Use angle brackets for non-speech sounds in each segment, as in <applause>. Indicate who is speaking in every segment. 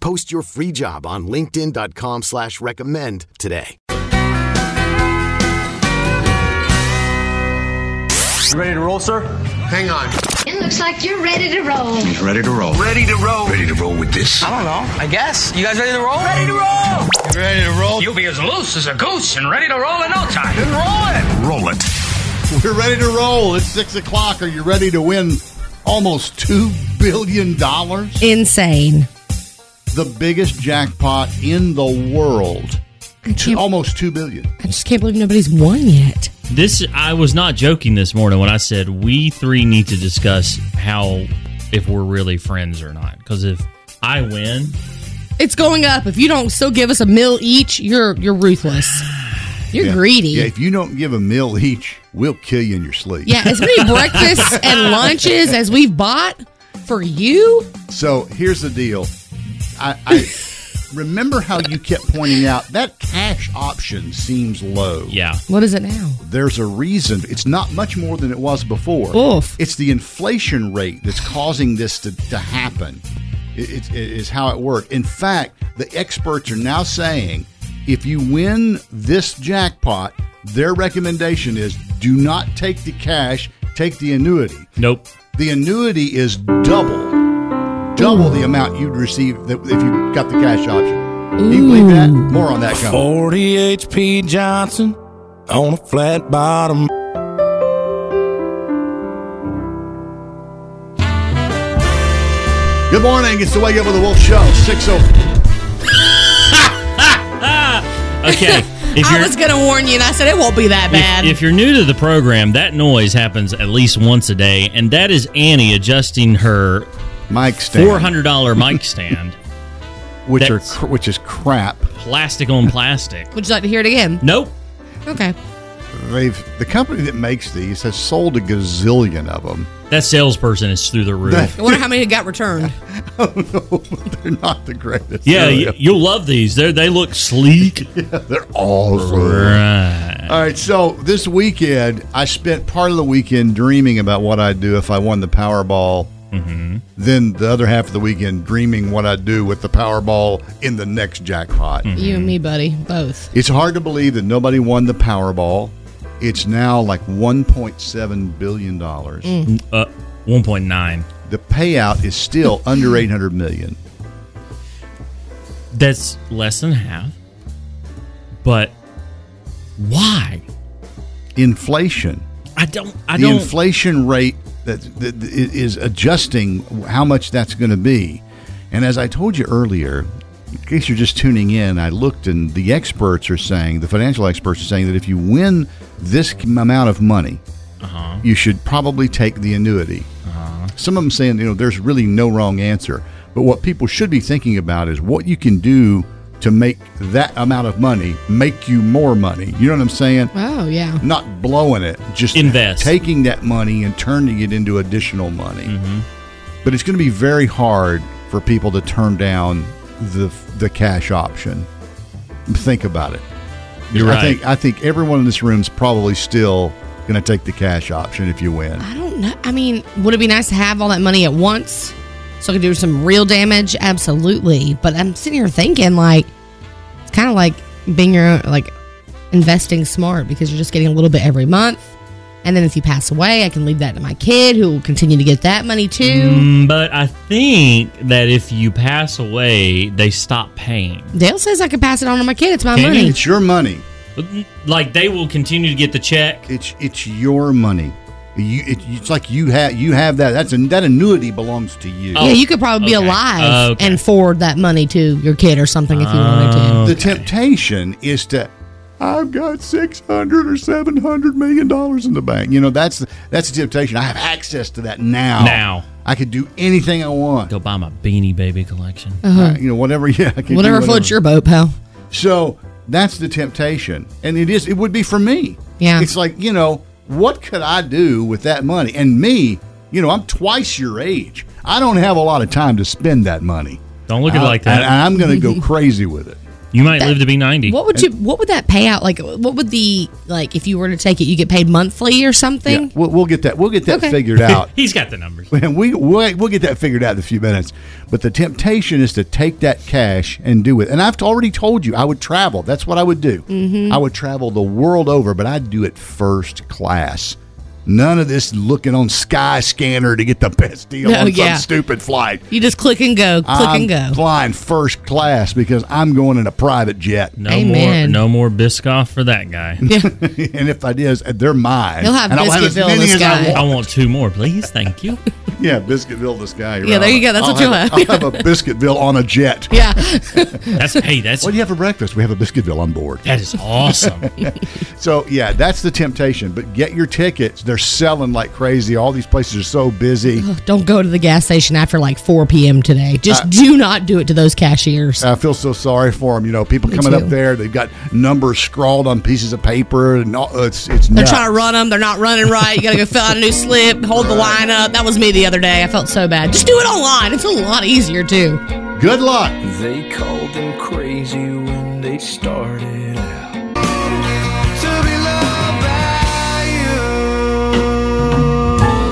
Speaker 1: Post your free job on linkedin.com slash recommend today.
Speaker 2: You ready to roll, sir? Hang on.
Speaker 3: It looks like you're ready to roll.
Speaker 4: He's ready to roll.
Speaker 2: Ready to roll.
Speaker 4: Ready to roll with this.
Speaker 2: I don't know. I guess. You guys ready to roll? Ready to roll. You ready to roll? You'll be as loose as a goose and ready to roll in no time. roll it.
Speaker 4: Roll it.
Speaker 5: <laughs> We're ready to roll. It's six o'clock. Are you ready to win almost two billion dollars?
Speaker 6: Insane.
Speaker 5: The biggest jackpot in the world. Two, almost two billion.
Speaker 6: I just can't believe nobody's won yet.
Speaker 7: This I was not joking this morning when I said we three need to discuss how if we're really friends or not. Because if I win,
Speaker 6: It's going up. If you don't still give us a mill each, you're you're ruthless. You're
Speaker 5: Yeah.
Speaker 6: greedy.
Speaker 5: Yeah, if you don't give a meal each, we'll kill you in your sleep.
Speaker 6: Yeah, as many breakfasts
Speaker 5: <laughs>
Speaker 6: and lunches as we've bought for you,
Speaker 5: So here's the deal. I, I remember how you kept pointing out that cash option seems
Speaker 2: Oh.
Speaker 5: low.
Speaker 7: yeah,
Speaker 6: what is it now?
Speaker 5: There's a reason. It's not much more than it was before.
Speaker 6: Oof.
Speaker 5: It's the inflation rate that's causing this to, to happen, it, it, it is how it worked. In fact, the experts are now saying if you win this jackpot, their recommendation is do not take the cash, take the annuity.
Speaker 7: nope.
Speaker 5: The annuity is double, double the amount you'd receive that- if you got the cash option. Do you believe that? More on that coming.
Speaker 8: 40 HP Johnson on a flat bottom.
Speaker 5: Good morning. It's the Wake Up with the Wolf Show. Six
Speaker 2: <laughs>
Speaker 5: oh.
Speaker 7: Okay. If
Speaker 6: I was gonna warn you, and I said it won't be that bad.
Speaker 7: If, if you're new to the program, that noise happens at least once a day, and that is Annie adjusting her
Speaker 5: Mike stand.
Speaker 7: four hundred
Speaker 2: <laughs>
Speaker 7: dollar mic stand,
Speaker 5: which are
Speaker 7: That's-
Speaker 5: cr- which is crap.
Speaker 7: plastic on plastic.
Speaker 6: Would you like to hear it again?
Speaker 7: Nope.
Speaker 6: Okay.
Speaker 5: They've the company that makes these has sold a gazillion of them.
Speaker 7: That salesperson is through the roof.
Speaker 6: I wonder how many got
Speaker 5: <laughs>
Speaker 6: returned.
Speaker 5: Oh, They're not the
Speaker 2: <laughs>
Speaker 5: greatest.
Speaker 7: Yeah,
Speaker 5: They're-
Speaker 7: you, you'll love these. They they look sleek.
Speaker 5: <laughs> they're awful.
Speaker 7: right.
Speaker 5: All right, so this weekend I spent part of the weekend dreaming about what I'd do if I won the Powerball.
Speaker 7: Mm-hmm.
Speaker 5: Then the other half of the weekend dreaming what I'd do with the Powerball in the next jackpot.
Speaker 7: Mm-hmm.
Speaker 6: You and me, buddy, both.
Speaker 5: It's hard to believe that nobody won the Powerball. It's now like 1.7 billion dollars.
Speaker 6: Mm.
Speaker 7: Uh, one point nine.
Speaker 5: The payout is still under 800 million.
Speaker 7: That's less than half. But why?
Speaker 5: Inflation.
Speaker 7: I don't. I
Speaker 5: the
Speaker 7: don't.
Speaker 5: inflation rate that, that that is adjusting how much that's going to be. And as I told you earlier, in case you're just tuning in, I looked and the experts are saying, the financial experts are saying that if you win this amount of money,
Speaker 7: Uh-huh.
Speaker 5: you should probably take the annuity. Some of them saying, you know, there's really no wrong answer. But what people should be thinking about is what you can do to make that amount of money make you more money. You know what I'm saying?
Speaker 6: Oh yeah.
Speaker 5: not blowing it, just
Speaker 7: Invest.
Speaker 5: taking that money and turning it into additional money.
Speaker 7: Mm-hmm.
Speaker 5: But it's going to be very hard for people to turn down the the cash option. Think about it.
Speaker 7: You're
Speaker 5: I
Speaker 7: right.
Speaker 5: think I think everyone in this room's probably still going to take the cash option if you win.
Speaker 6: I don't know. I mean, would it be nice to have all that money at once so I could do some real damage? Absolutely. But I'm sitting here thinking, like, it's kind of like being your own, like investing smart because you're just getting a little bit every month. And then if you pass away, I can leave that to my kid who will continue to get that money too.
Speaker 7: Mm, but I think that if you pass away, they stop paying.
Speaker 6: Dale says I could pass it on to my kid. It's my
Speaker 7: Can
Speaker 6: money.
Speaker 7: you?
Speaker 5: It's your money.
Speaker 7: Like they will continue to get the check.
Speaker 5: It's it's your money. You, it, it's like you have you have that. That's an that annuity belongs to you.
Speaker 6: Oh. yeah, you could probably be
Speaker 7: okay.
Speaker 6: alive
Speaker 7: Okay.
Speaker 6: and forward that money to your kid or something if you wanted to.
Speaker 5: The temptation is to. I've got six hundred or seven hundred million dollars in the bank. You know that's the, that's the temptation. I have access to that now.
Speaker 7: Now.
Speaker 5: I could do anything I want.
Speaker 7: Go buy my Beanie Baby collection.
Speaker 5: Uh, you know whatever. <laughs> Yeah, I can do
Speaker 6: Uh-huh. Whatever floats your boat, pal.
Speaker 5: So that's the temptation, and it is. It would be for me.
Speaker 6: Yeah.
Speaker 5: It's like you know, what could I do with that money? And me, you know, I'm twice your age. I don't have a lot of time to spend that money.
Speaker 7: Don't look at it
Speaker 5: I-
Speaker 7: like that.
Speaker 5: And I'm going
Speaker 6: <laughs>
Speaker 5: to go crazy with it.
Speaker 7: you might live to be ninety.
Speaker 6: What would you? What would that pay out? Like, what would the like if you were to take it? You get paid monthly or something.
Speaker 5: Yeah, we'll, we'll get that. We'll get that
Speaker 6: Okay.
Speaker 5: figured <laughs> out.
Speaker 7: <laughs> He's got the numbers.
Speaker 5: And we we'll, we'll get that figured out in a few minutes. But the temptation is to take that cash and do it. And I've already told you I would travel. That's what I would do.
Speaker 6: Mm-hmm.
Speaker 5: I would travel the world over, but I'd do it first class. None of this looking on Sky Scanner to get the best
Speaker 6: <laughs>
Speaker 5: deal
Speaker 6: No,
Speaker 5: on
Speaker 6: yeah.
Speaker 5: some stupid flight.
Speaker 6: You just click and go, click
Speaker 5: I'm
Speaker 6: and go.
Speaker 5: flying first class because I'm going in a private jet.
Speaker 7: No
Speaker 6: Amen.
Speaker 7: more, no more Biscoff for
Speaker 6: <laughs>
Speaker 7: that guy.
Speaker 5: <laughs> and if I is, they're mine.
Speaker 6: He'll have
Speaker 5: and I'll as
Speaker 6: Biscuitville in
Speaker 5: many
Speaker 6: the
Speaker 5: as
Speaker 6: sky.
Speaker 5: I want.
Speaker 7: I want two more, please. Thank you.
Speaker 5: Yeah, Biscuitville the sky.
Speaker 6: Yeah, there you go. That's
Speaker 5: I'll
Speaker 6: what you'll
Speaker 5: have.
Speaker 6: have.
Speaker 5: I'll have a Biscuitville on a jet.
Speaker 6: Yeah,
Speaker 7: That's hey, that's
Speaker 5: What do you have for breakfast? We have a Biscuitville on board.
Speaker 7: that is awesome.
Speaker 5: <laughs> So yeah, that's the temptation. But get your tickets. They're selling like crazy. All these places are so busy.
Speaker 6: don't go to the gas station after like 4 p.m. today. Just do not do it to those cashiers.
Speaker 5: I feel so sorry for them. You know, people coming up
Speaker 6: too.
Speaker 5: there. They've got numbers scrawled on pieces of paper, and all, it's it's.
Speaker 6: They're
Speaker 5: nuts.
Speaker 6: trying to run them. They're not running right. You got to go fill out a new slip, hold the line up. That was me the other day. I felt so bad. Just do it online. It's a lot easier too.
Speaker 5: Good luck.
Speaker 4: They called them crazy when they started out.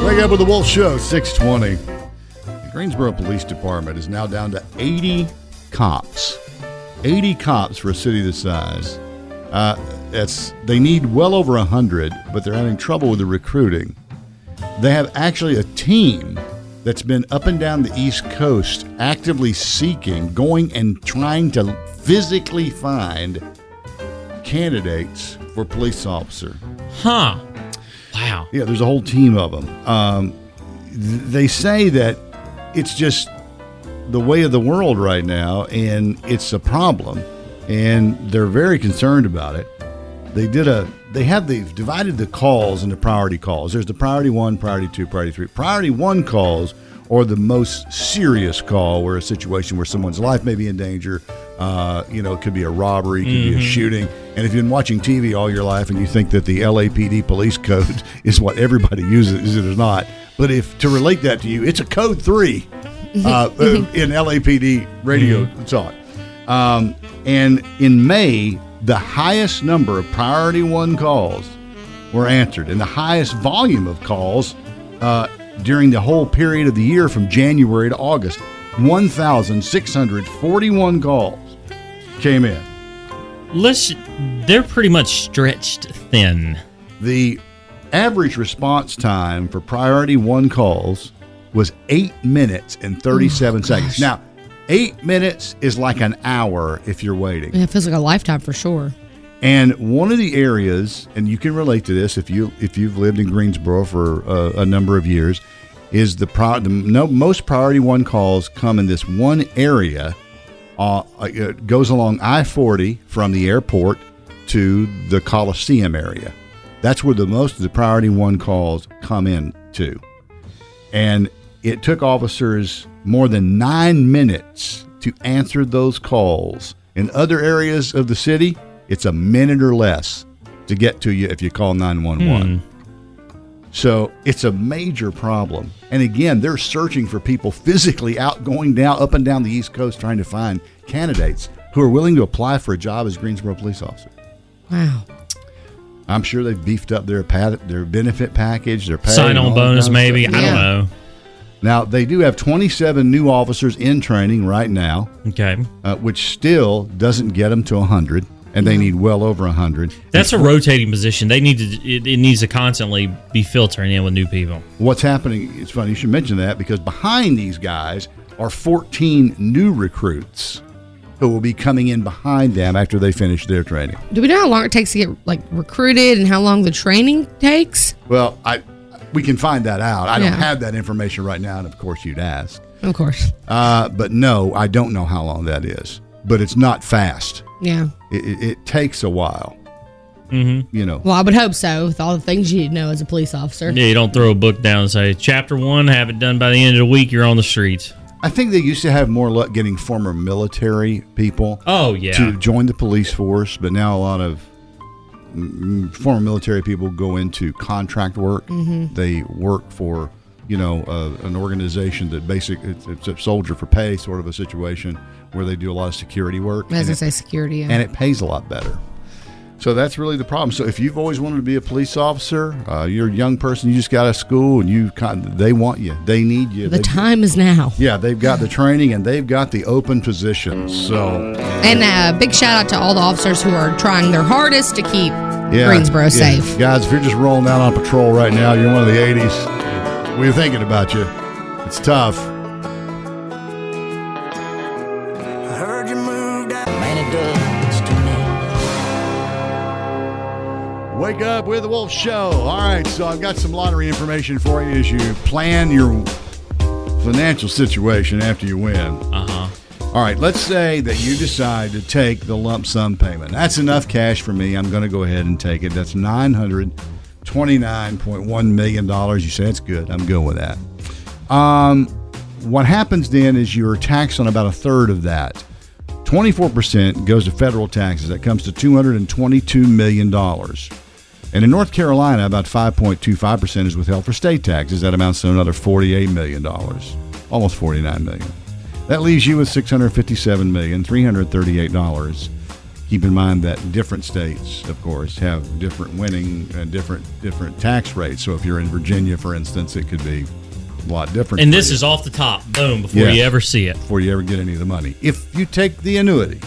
Speaker 5: Wake up with the Wolf Show, 620. The Greensboro Police Department is now down to 80 cops. 80 cops for a city this size. Uh, that's They need well over 100, but they're having trouble with the recruiting. They have actually a team that's been up and down the East Coast actively seeking, going and trying to physically find candidates for police officer.
Speaker 7: Huh. Wow.
Speaker 5: Yeah, there's a whole team of them. Um, th- they say that it's just the way of the world right now, and it's a problem, and they're very concerned about it. They did a they have they've divided the calls into priority calls. There's the priority one, priority two, priority three. Priority one calls are the most serious call, where a situation where someone's life may be in danger. Uh, you know, it could be a robbery, it could be a shooting. And if you've been watching TV all your life and you think that the LAPD police code <laughs> is what everybody uses, is it or not? But if to relate that to you, it's a code three uh, uh, in LAPD radio talk. Um, and in May, the highest number of priority one calls were answered, and the highest volume of calls uh, during the whole period of the year from January to August 1,641 calls came in.
Speaker 7: Let's. They're pretty much stretched thin.
Speaker 5: The average response time for priority one calls was eight minutes and 37 seconds. Now, eight minutes is like an hour if you're waiting.
Speaker 6: Yeah, it feels like a lifetime for sure.
Speaker 5: And one of the areas, and you can relate to this if you if you've lived in Greensboro for uh, a number of years, is the, pro- the no, most priority one calls come in this one area. Uh, it goes along I forty from the airport to the Coliseum area. That's where the most of the priority one calls come in to, and it took officers more than nine minutes to answer those calls. In other areas of the city, it's a minute or less to get to you if you call
Speaker 7: Hmm.
Speaker 5: 911. So it's a major problem. And again, they're searching for people physically out going down up and down the East Coast trying to find candidates who are willing to apply for a job as Greensboro police officer.
Speaker 6: Wow.
Speaker 5: I'm sure they've beefed up their pat- their benefit package, their pay,
Speaker 7: Sign
Speaker 5: and
Speaker 7: on
Speaker 5: all that kind of
Speaker 7: bonus,
Speaker 5: stuff.
Speaker 7: maybe. I
Speaker 6: Yeah.
Speaker 7: don't know.
Speaker 5: Now they do have 27 new officers in training right now,
Speaker 7: Okay.
Speaker 5: uh, which still doesn't get them to 100, and they need well over 100.
Speaker 7: Mm-hmm. That's a rotating position. They need to. It, it needs to constantly be filtering in with new people.
Speaker 5: What's happening? It's funny you should mention that because behind these guys are 14 new recruits who will be coming in behind them after they finish their training.
Speaker 6: Do we know how long it takes to get like recruited and how long the training takes?
Speaker 5: Well, I we can find that out. I don't
Speaker 6: Yeah.
Speaker 5: have that information right now, and of course you'd ask.
Speaker 6: Of course.
Speaker 5: Uh, but no, I don't know how long that is. But it's not fast.
Speaker 6: Yeah.
Speaker 5: It, it, it takes a while. Mm-hmm. You know.
Speaker 6: Well, I would hope so with all the things you know as a police officer.
Speaker 7: Yeah, you don't throw a book down and say, Chapter one, have it done by the end of the week, you're on the streets.
Speaker 5: I think they used to have more luck getting former military people.
Speaker 7: Oh, yeah.
Speaker 5: To join the police force, but now a lot of mm, former military people go into contract work.
Speaker 6: Mhm.
Speaker 5: They work for you know uh, an organization that basic it's, it's a soldier for pay sort of a situation where they do a lot of security work.
Speaker 6: As I
Speaker 5: And
Speaker 6: say,
Speaker 5: it-
Speaker 6: security. yeah.
Speaker 5: and it pays a lot better. So that's really the problem. So if you've always wanted to be a police officer, uh, you're a young person, you just got out of school, and you kind they want you, they need you.
Speaker 6: the
Speaker 5: They-
Speaker 6: time is now.
Speaker 5: Yeah, they've got the training and they've got the open positions. So
Speaker 6: And a uh, big shout out to all the officers who are trying their hardest to keep
Speaker 5: yeah,
Speaker 6: Greensboro
Speaker 5: yeah.
Speaker 6: safe.
Speaker 5: guys. If you're just rolling out on patrol right now, you're one of the '80s. We're thinking about you. It's tough. Wake up with the Wolf Show. All right, so I've got some lottery information for you as you plan your financial situation after you win.
Speaker 7: Uh huh.
Speaker 5: All right, let's say that you decide to take the lump sum payment. That's enough cash for me. I'm going to go ahead and take it. That's $929.1 million. You say that's good. I'm good with that. Um, what happens then is you're taxed on about a third of that. 24% goes to federal taxes. That comes to $222 million. And in North Carolina, about 5.25% is withheld for state taxes. That amounts to another $48 million, almost $49 million. That leaves you with $657,338. Keep in mind that different states, of course, have different winning and different different tax rates. So if you're in Virginia, for instance, it could be a lot different.
Speaker 7: And
Speaker 5: for
Speaker 7: this
Speaker 5: you
Speaker 7: is off the top, boom, before
Speaker 5: Yes.
Speaker 7: you ever see it.
Speaker 5: before you ever get any of the money. If you take the annuity,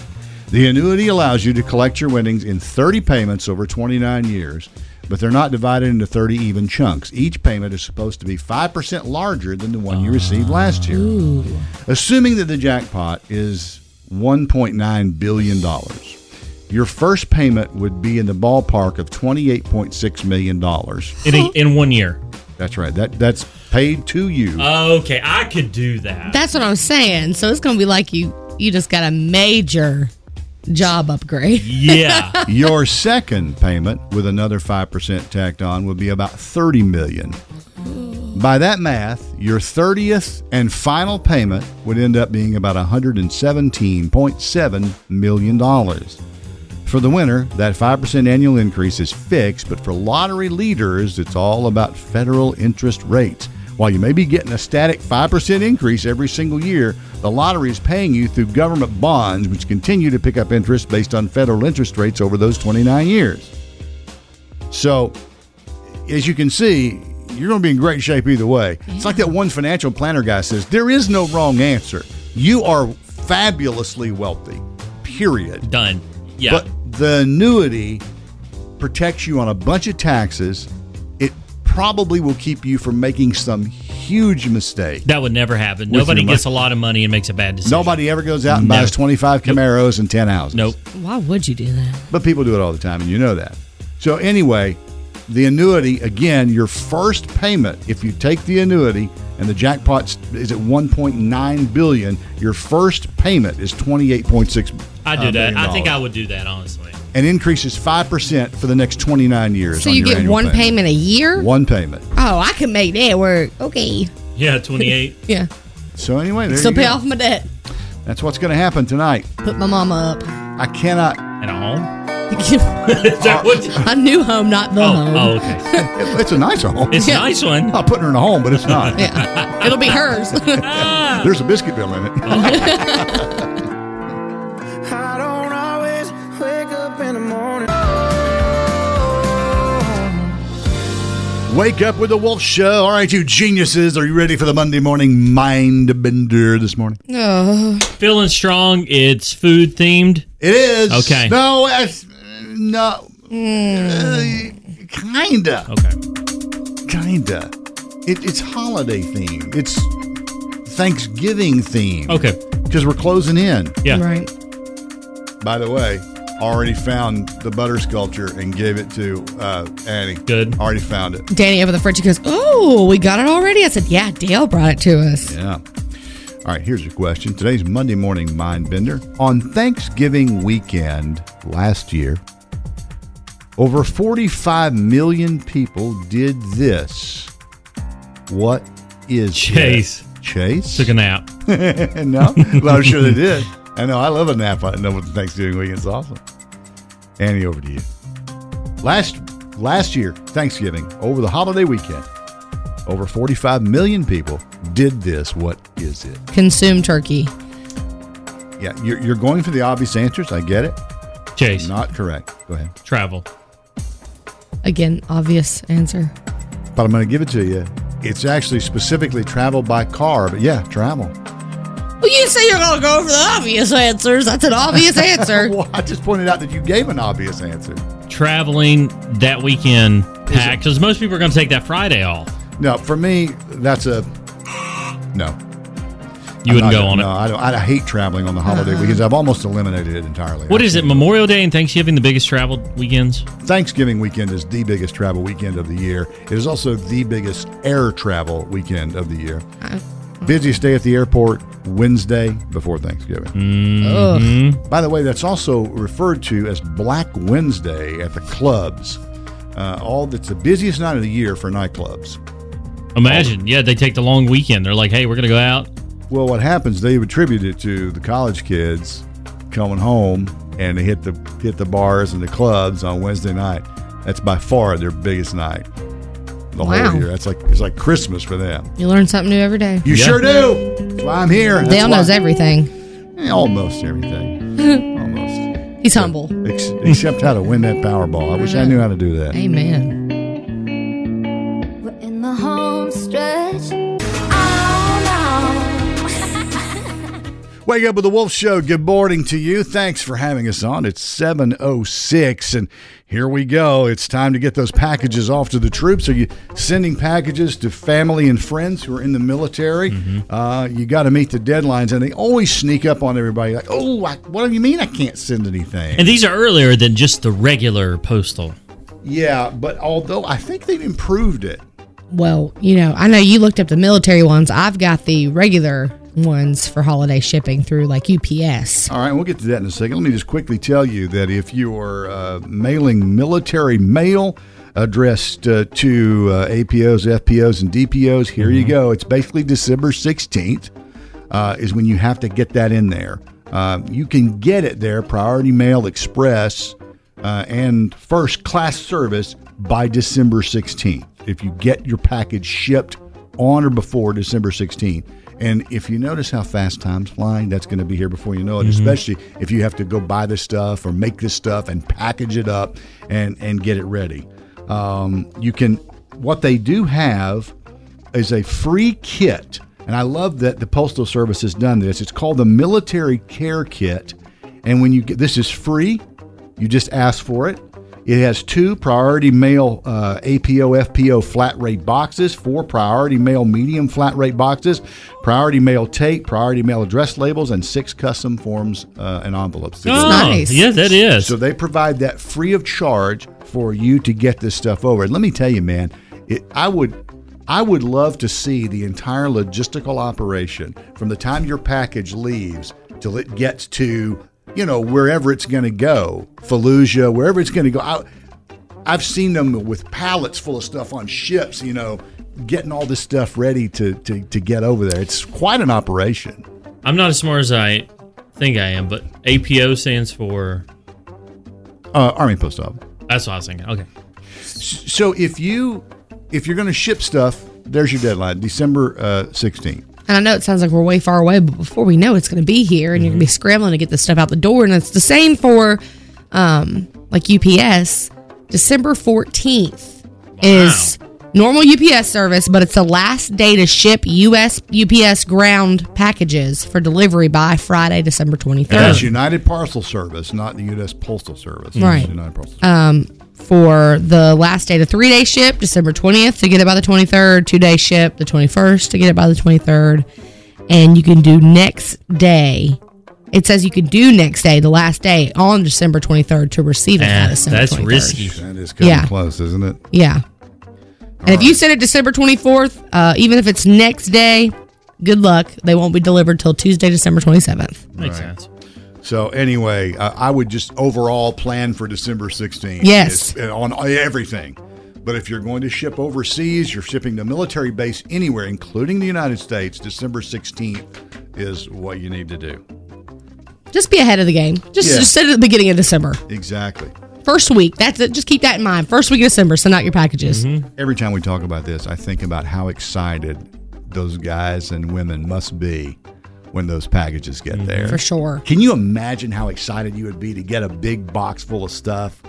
Speaker 5: the annuity allows you to collect your winnings in 30 payments over 29 years, but they're not divided into 30 even chunks. Each payment is supposed to be 5% larger than the one you received last year. Assuming that the jackpot is $1.9 billion, your first payment would be in the ballpark of $28.6 million.
Speaker 7: In, a, in one year.
Speaker 5: That's right. That That's paid to you.
Speaker 7: Okay, I could do that.
Speaker 6: That's what I'm saying. So it's going to be like you you just got a major job upgrade.
Speaker 7: yeah.
Speaker 5: Your second payment with another 5% tacked on would be about 30 million. By that math, your 30th and final payment would end up being about 117.7 million dollars. For the winner, that 5% annual increase is fixed, but for lottery leaders, it's all about federal interest rates. While you may be getting a static 5% increase every single year, the lottery is paying you through government bonds, which continue to pick up interest based on federal interest rates over those 29 years. So, as you can see, you're going to be in great shape either way. It's like that one financial planner guy says there is no wrong answer. You are fabulously wealthy, period.
Speaker 7: Done. Yeah.
Speaker 5: But the annuity protects you on a bunch of taxes. It probably will keep you from making some huge mistake.
Speaker 7: that would never happen.
Speaker 5: With
Speaker 7: Nobody
Speaker 5: your
Speaker 7: gets a
Speaker 5: money.
Speaker 7: lot of money and makes a bad decision.
Speaker 5: Nobody ever goes out and buys
Speaker 7: Never.
Speaker 5: 25 Camaros and 10 houses.
Speaker 7: Nope.
Speaker 6: Why would you do that?
Speaker 5: But people do it all the time, and you know that. So, anyway, the annuity, again, your first payment, if you take the annuity and the jackpot is at 1.9 billion, your first payment is 28.6.
Speaker 7: I do
Speaker 5: uh,
Speaker 7: that.
Speaker 5: million
Speaker 7: I think
Speaker 5: dollars.
Speaker 7: I would do that, honestly.
Speaker 5: and increases 5% for the next 29 years.
Speaker 6: So
Speaker 5: on
Speaker 6: you
Speaker 5: your
Speaker 6: get
Speaker 5: annual
Speaker 6: one payment a year?
Speaker 5: One payment.
Speaker 6: Oh, I can make that work. Okay. <laughs>
Speaker 7: Yeah, 28.
Speaker 6: Yeah.
Speaker 5: So anyway, there
Speaker 6: Still
Speaker 5: you
Speaker 6: pay
Speaker 5: go.
Speaker 6: off my debt.
Speaker 5: That's what's going to happen tonight.
Speaker 6: Put my mama up.
Speaker 5: I cannot.
Speaker 7: At home?
Speaker 6: <laughs> a
Speaker 7: <laughs> Is that what? Oh,
Speaker 6: new home, not the home.
Speaker 7: oh, okay.
Speaker 5: it- it's a nice home.
Speaker 7: It's a
Speaker 6: Yeah. Uh-huh.
Speaker 7: nice one.
Speaker 5: <laughs> I'm not putting her in a home, but it's not. oh.
Speaker 6: Yeah. It'll be hers. <laughs>
Speaker 5: There's a biscuit bill in it.
Speaker 4: I don't always wake up in the morning.
Speaker 5: Wake up with the Wolf Show. All right, you geniuses, are you ready for the Monday morning mind bender this morning?
Speaker 6: oh.
Speaker 7: Feeling strong. It's food themed.
Speaker 5: It is.
Speaker 7: Okay.
Speaker 5: No, it's, no. Uh, kinda.
Speaker 7: Okay.
Speaker 5: Kinda. It, it's holiday themed. It's Thanksgiving themed.
Speaker 7: Okay.
Speaker 5: Because we're closing in.
Speaker 7: Yeah.
Speaker 6: Right.
Speaker 5: by the way, already found the butter sculpture and gave it to uh, Annie.
Speaker 7: Good.
Speaker 5: Already found it.
Speaker 6: Danny over the fridge he goes, Oh, we got it already? I said, Yeah, Dale brought it to us.
Speaker 5: Yeah. All right, here's a question. Today's Monday Morning Mind Bender. On Thanksgiving weekend last year, over 45 million people did this. What is
Speaker 7: Chase.
Speaker 5: it? Chase?
Speaker 7: Took a nap.
Speaker 5: <laughs> no, but I'm sure they did. I know. I love a nap. I know what the Thanksgiving weekend's awesome. Annie, over to you. Last last year, Thanksgiving over the holiday weekend, over 45 million people did this. What is it?
Speaker 6: Consume turkey.
Speaker 5: Yeah, you're, you're going for the obvious answers. I get it.
Speaker 7: Chase.
Speaker 5: Not correct. Go ahead.
Speaker 7: Travel.
Speaker 6: Again, obvious answer.
Speaker 5: But I'm going to give it to you. It's actually specifically travel by car. But yeah, travel.
Speaker 6: Well, you say you're going to go for the obvious answers. That's an
Speaker 5: <laughs>
Speaker 6: obvious answer.
Speaker 5: well, I just pointed out that you gave an obvious answer.
Speaker 7: Traveling that weekend packed because most people are going to take that Friday off.
Speaker 5: No, for me, that's a no.
Speaker 7: You wouldn't go on
Speaker 5: no,
Speaker 7: it. Uh-huh.
Speaker 5: I don't. I hate traveling on the holiday weekends. I've almost eliminated it entirely.
Speaker 7: What is it? Memorial Day and Thanksgiving, the biggest travel weekends?
Speaker 5: Thanksgiving weekend is the biggest travel weekend of the year. It is also the biggest air travel weekend of the year. Busiest day at the airport Wednesday before Thanksgiving.
Speaker 7: Hmm.
Speaker 6: Ugh.
Speaker 5: By the way, that's also referred to as Black Wednesday at the clubs. Uh, all that's the busiest night of the year for nightclubs.
Speaker 7: Imagine. Yeah, they take the long weekend. They're like, hey, we're going to go out.
Speaker 5: Well, what happens? They attribute it to the college kids coming home and they hit the hit the bars and the clubs on Wednesday night. That's by far their biggest night. The
Speaker 6: Wow.
Speaker 5: whole year. That's like it's like Christmas for them.
Speaker 6: You learn something new every day.
Speaker 5: You
Speaker 7: Yeah.
Speaker 5: sure do. That's why I'm here. That's
Speaker 6: Dale
Speaker 5: why-
Speaker 6: knows everything.
Speaker 5: Eh, Almost everything. Almost.
Speaker 6: He's humble.
Speaker 5: Ex- except how to win that Powerball. I wish I knew how to do that.
Speaker 6: Amen.
Speaker 3: We're in the home stretch.
Speaker 5: Wake up with the Wolf Show. Good morning to you. Thanks for having us on. It's 706 and here we go. It's time to get those packages off to the troops. Are you sending packages to family and friends who are in the military? Uh, you got to meet the deadlines and they always sneak up on everybody like, "Oh, I, what do you mean I can't send anything?"
Speaker 7: And these are earlier than just the regular postal.
Speaker 5: yeah, but although I think they've improved it.
Speaker 6: Well, you know, I know you looked up the military ones. I've got the regular ones for holiday shipping through like UPS.
Speaker 5: All right, we'll get to that in a second. Let me just quickly tell you that if you are uh, mailing military mail addressed uh, to uh, APOs, FPOs, and DPOs, here you go. It's basically December 16th uh, is when you have to get that in there. Uh, you can get it there, Priority Mail Express uh, and First Class Service by December 16th. If you get your package shipped on or before December 16th. And if you notice how fast time's flying, that's going to be here before you know it, especially if you have to go buy this stuff or make this stuff and package it up and, and get it ready. Um, you can, what they do have is a free kit. And I love that the Postal Service has done this. It's called the Military Care Kit. And when you get this is free, you just ask for it. It has two priority mail uh, APO FPO flat rate boxes, four priority mail medium flat rate boxes, priority mail tape, priority mail address labels, and six custom forms uh, and envelopes.
Speaker 7: oh,
Speaker 6: nice.
Speaker 7: Yes, that is.
Speaker 5: So they provide that free of charge for you to get this stuff over. And let me tell you, man, it, I would. I would love to see the entire logistical operation from the time your package leaves till it gets to, you know, wherever it's going to go, Fallujah, wherever it's going to go. I, I've seen them with pallets full of stuff on ships, you know, getting all this stuff ready to, to, to get over there. It's quite an operation.
Speaker 7: I'm not as smart as I think I am, but APO stands for.
Speaker 5: Uh, Army Post Office.
Speaker 7: That's what I was thinking. Okay.
Speaker 5: So if you if you're going to ship stuff, there's your deadline, December uh, 16th.
Speaker 6: And I know it sounds like we're way far away, but before we know, it, it's going to be here, and you're going to be scrambling to get this stuff out the door. And it's the same for, um, like UPS. December fourteenth is normal UPS service, but it's the last day to ship U.S. UPS ground packages for delivery by Friday, December twenty
Speaker 5: And
Speaker 6: third.
Speaker 5: That's United Parcel Service, not the U.S. Postal Service.
Speaker 6: Right.
Speaker 5: It's United Parcel Service.
Speaker 6: Um, for the last day to three day ship, December twentieth to get it by the twenty third. Two day ship, the twenty first to get it by the twenty third, and you can do next day it says you can do next day, the last day on December 23rd to receive it. by
Speaker 7: Eh,
Speaker 6: December
Speaker 7: that's
Speaker 6: 23rd.
Speaker 7: risky.
Speaker 5: That is kind
Speaker 6: Yeah.
Speaker 5: of close, isn't it?
Speaker 6: Yeah. And if you send it December 24th, uh, even if it's next day, good luck. They won't be delivered till Tuesday, December 27th.
Speaker 7: Makes sense.
Speaker 5: So anyway, uh, I would just overall plan for December 16th.
Speaker 6: Yes.
Speaker 5: It's- uh, on everything. But if you're going to ship overseas, you're shipping to a military base anywhere, including the United States, December 16th is what you need to do.
Speaker 6: Just be ahead of the game. Just,
Speaker 5: Yeah.
Speaker 6: just send it at the beginning of December.
Speaker 5: Exactly.
Speaker 6: First week. That's it. Just keep that in mind. First week of December, send out your packages.
Speaker 7: Mm-hmm.
Speaker 5: Every time we talk about this, I think about how excited those guys and women must be when those packages get there.
Speaker 6: Mm-hmm. For sure.
Speaker 5: Can you imagine how excited you would be to get a big box full of stuff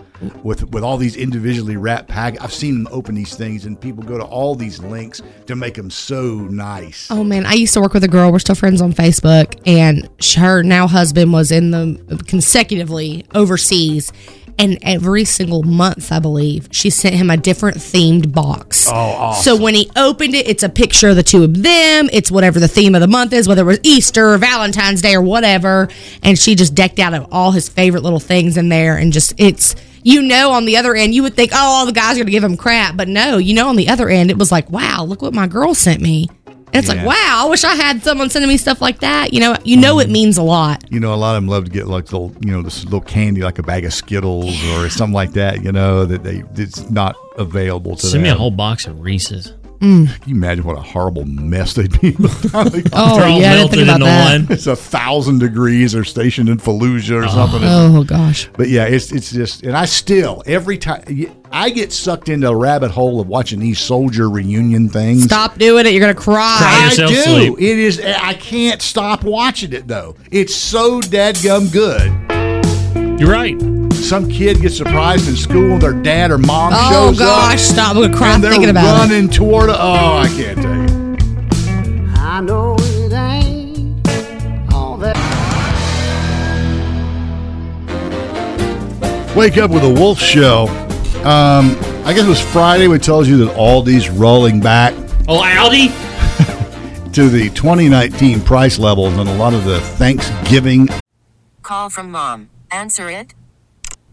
Speaker 5: with with all these individually wrapped pack? I've seen them open these things, and people go to all these links to make them so nice.
Speaker 6: Oh man, I used to work with a girl. We're still friends on Facebook, and sh- her now husband was in the consecutively overseas, and every single month, I believe, she sent him a different themed box. Oh, awesome. So when he opened it, it's a picture of the two of them. It's whatever the theme of the month is, whether it was Easter or Valentine's Day or whatever, and she just decked out of all his favorite little things in there, and just it's. You know, on the other end, you would think, oh, all the guys are going to give him crap. But no, you know, on the other end, it was like, wow, look what my girl sent me. And it's
Speaker 5: Yeah.
Speaker 6: like, wow, I wish I had someone sending me stuff like that. You know, you know
Speaker 5: Mm-hmm.
Speaker 6: it means a lot.
Speaker 5: You know, a lot of them love to get like little, you know, this little candy, like a bag of Skittles or something like that. You know, that they it's not available to
Speaker 7: Send me
Speaker 5: them.
Speaker 7: a whole box of Reese's.
Speaker 5: Can you imagine what a horrible mess they'd be? <laughs>
Speaker 6: Oh,
Speaker 7: They're all
Speaker 6: yeah, I didn't
Speaker 7: melted
Speaker 6: think about
Speaker 7: into
Speaker 6: that.
Speaker 7: one.
Speaker 5: it's a thousand degrees. They're stationed in Fallujah or something.
Speaker 6: Oh gosh.
Speaker 5: But yeah, it's it's just, and I still every time I get sucked into a rabbit hole of watching these soldier reunion things.
Speaker 6: Stop doing it. You're gonna
Speaker 7: Cry
Speaker 6: cry.
Speaker 5: I
Speaker 7: yourself
Speaker 5: do.
Speaker 7: sleep.
Speaker 5: It is. I can't stop watching it though. It's so dadgum good.
Speaker 7: You're right.
Speaker 5: Some kid gets surprised in school. Their dad or mom
Speaker 6: Oh
Speaker 5: shows
Speaker 6: gosh,
Speaker 5: up.
Speaker 6: stop. I'm gonna cry
Speaker 5: And they're
Speaker 6: thinking about it.
Speaker 5: running toward. A, oh, I can't take it.
Speaker 9: I know it ain't all that.
Speaker 5: Wake up with a wolf show. Um, I guess it was Friday. We told you that Aldi's rolling back
Speaker 7: Oh, Aldi.
Speaker 5: to the 2019 price levels on a lot of the Thanksgiving
Speaker 10: Call from mom. Answer it.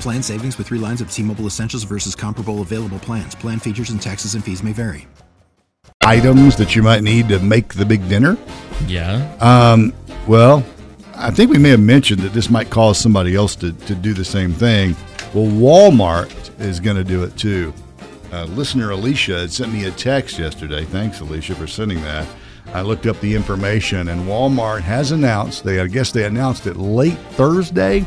Speaker 11: Plan savings with three lines of T Mobile Essentials versus comparable available plans. Plan features and taxes and fees may vary.
Speaker 5: items that you might need to make the big dinner.
Speaker 7: Yeah.
Speaker 5: Um, well, I think we may have mentioned that this might cause somebody else to, to do the same thing. Well, Walmart is going to do it too. Uh, listener Alicia had sent me a text yesterday. Thanks, Alicia, for sending that. I looked up the information, and Walmart has announced they, I guess they announced it late Thursday,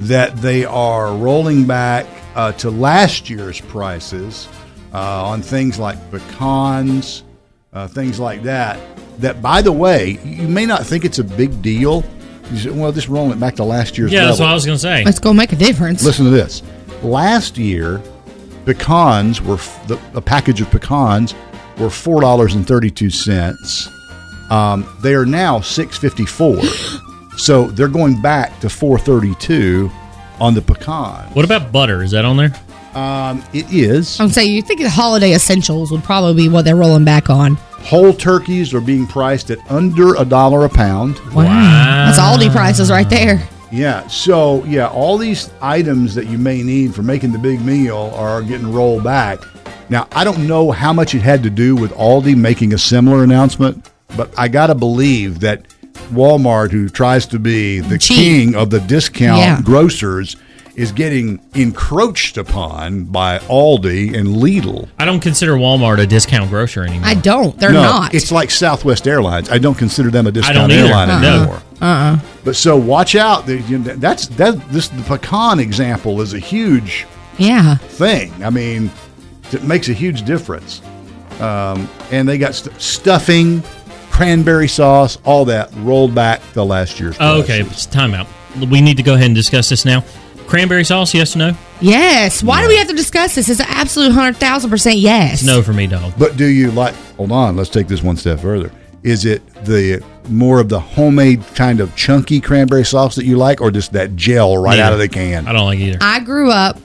Speaker 5: that they are rolling back uh, to last year's prices uh, on things like pecans, uh, things like that. That, by the way, you may not think it's a big deal. You say, well, just rolling it back to last year's
Speaker 7: Yeah, that's
Speaker 5: level.
Speaker 7: what I was gonna say.
Speaker 6: It's gonna make a difference.
Speaker 5: Listen to this. Last year, pecans were f- the, a package of pecans were four dollars and thirty two cents. Um, they are now six fifty four. so they're going back to four thirty two on the pecan.
Speaker 7: What about butter? Is that on there?
Speaker 5: Um, it is.
Speaker 6: I'm saying you think the holiday essentials would probably be what they're rolling back on.
Speaker 5: Whole turkeys are being priced at under a dollar a pound.
Speaker 6: Wow. That's Aldi prices right there.
Speaker 5: Yeah. So, yeah, all these items that you may need for making the big meal are getting rolled back. Now, I don't know how much it had to do with Aldi making a similar announcement, but I got to believe that Walmart, who tries to be the
Speaker 6: Cheap.
Speaker 5: king of the discount
Speaker 6: Yeah.
Speaker 5: grocers, is getting encroached upon by Aldi and Lidl.
Speaker 7: I don't consider Walmart a discount grocer anymore.
Speaker 6: I don't. They're
Speaker 5: No,
Speaker 6: not.
Speaker 5: It's like Southwest Airlines. I don't consider them a
Speaker 7: don't
Speaker 5: discount
Speaker 7: either.
Speaker 5: airline
Speaker 7: Uh-uh.
Speaker 5: anymore.
Speaker 6: Uh-uh.
Speaker 5: But so watch out. There- you- That's that. This the pecan example is a huge
Speaker 6: Yeah.
Speaker 5: thing. I mean, it makes a huge difference. Um, and they got st- stuffing, cranberry sauce, all that rolled back to last year's.
Speaker 7: Oh, okay, it's time out. We need to go ahead and discuss this now. Cranberry sauce, yes or no?
Speaker 6: Yes. Why do we have to discuss this? It's an absolute 100,000% yes.
Speaker 7: It's no for me, dog.
Speaker 5: But do you like? Hold on. Let's take this one step further. Is it the more of the homemade kind of chunky cranberry sauce that you like, or just that gel right
Speaker 7: Neither.
Speaker 5: out of the can?
Speaker 7: I don't like either.
Speaker 6: I grew up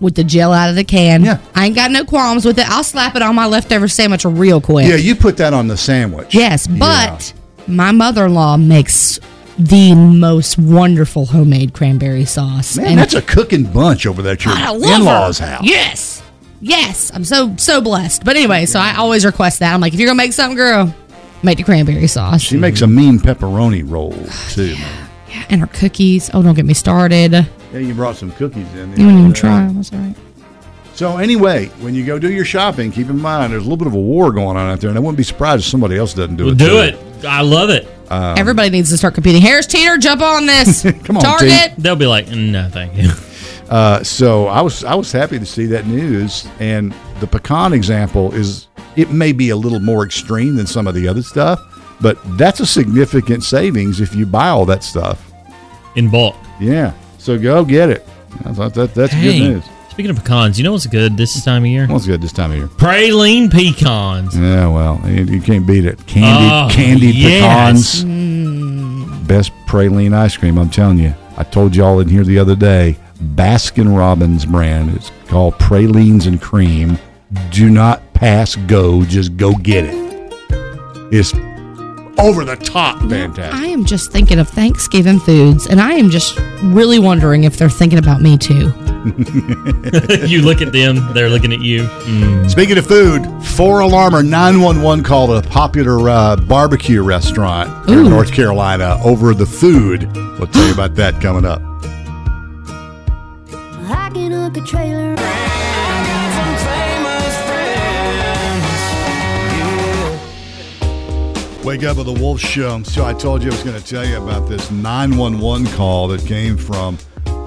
Speaker 6: with the gel out of the can. Yeah. I ain't got no qualms with it. I'll slap it on my leftover sandwich real quick.
Speaker 5: Yeah, you put that on the sandwich.
Speaker 6: Yes, but my mother in law makes the most wonderful homemade cranberry sauce.
Speaker 5: Man, that's a cooking bunch over there at your
Speaker 6: I love her.
Speaker 5: in-laws' house.
Speaker 6: Yes. Yes. I'm so so blessed. But anyway, so I always request that. I'm like, if you're gonna make something, girl, make the cranberry sauce.
Speaker 5: She makes a mean pepperoni roll too. man.
Speaker 6: and her cookies. Oh, don't get me started.
Speaker 5: Yeah, you brought some cookies in.
Speaker 6: You wouldn't even
Speaker 5: Yeah.
Speaker 6: try. That's all right.
Speaker 5: So anyway, when you go do your shopping, keep in mind there's a little bit of a war going on out there, and I wouldn't be surprised if somebody else doesn't do
Speaker 7: Well,
Speaker 5: it.
Speaker 7: do
Speaker 5: too.
Speaker 7: it. I love it.
Speaker 5: Um,
Speaker 6: Everybody needs to start competing. Harris Teeter, jump on
Speaker 5: <laughs>
Speaker 6: this. Come
Speaker 5: on,
Speaker 6: Target.
Speaker 5: Teeter.
Speaker 7: They'll be like, "Mm, no, thank you. <laughs>
Speaker 5: Uh, so I was I was happy to see that news, and the pecan example is it may be a little more extreme than some of the other stuff, but that's a significant savings if you buy all that stuff
Speaker 7: in bulk.
Speaker 5: Yeah, so go get it. I thought that that's
Speaker 7: Hey,
Speaker 5: good news.
Speaker 7: Speaking of pecans, you know what's good this time of year?
Speaker 5: What's good this time of year?
Speaker 7: Praline pecans. <laughs>
Speaker 5: Yeah, well, you, you can't beat it. Candied,
Speaker 7: Oh,
Speaker 5: candied
Speaker 7: yes. Mm.
Speaker 5: pecans. Best praline ice cream, I'm telling you. I told y'all in here the other day, Baskin Robbins brand. It's called Pralines and Cream. Do not pass go, just go get it. It's over the top fantastic.
Speaker 6: I am just thinking of Thanksgiving foods, and I am just really wondering if they're thinking about me too.
Speaker 7: you look at them, they're looking at you. Mm.
Speaker 5: Speaking of food, four alarmer 911 called a popular uh, barbecue restaurant in
Speaker 6: Ooh.
Speaker 5: North Carolina over the food. We'll tell you about that coming up.
Speaker 3: Hacking up a trailer.
Speaker 5: Wake up with the Wolf Show. So I told you I was going to tell you about this 911 call that came from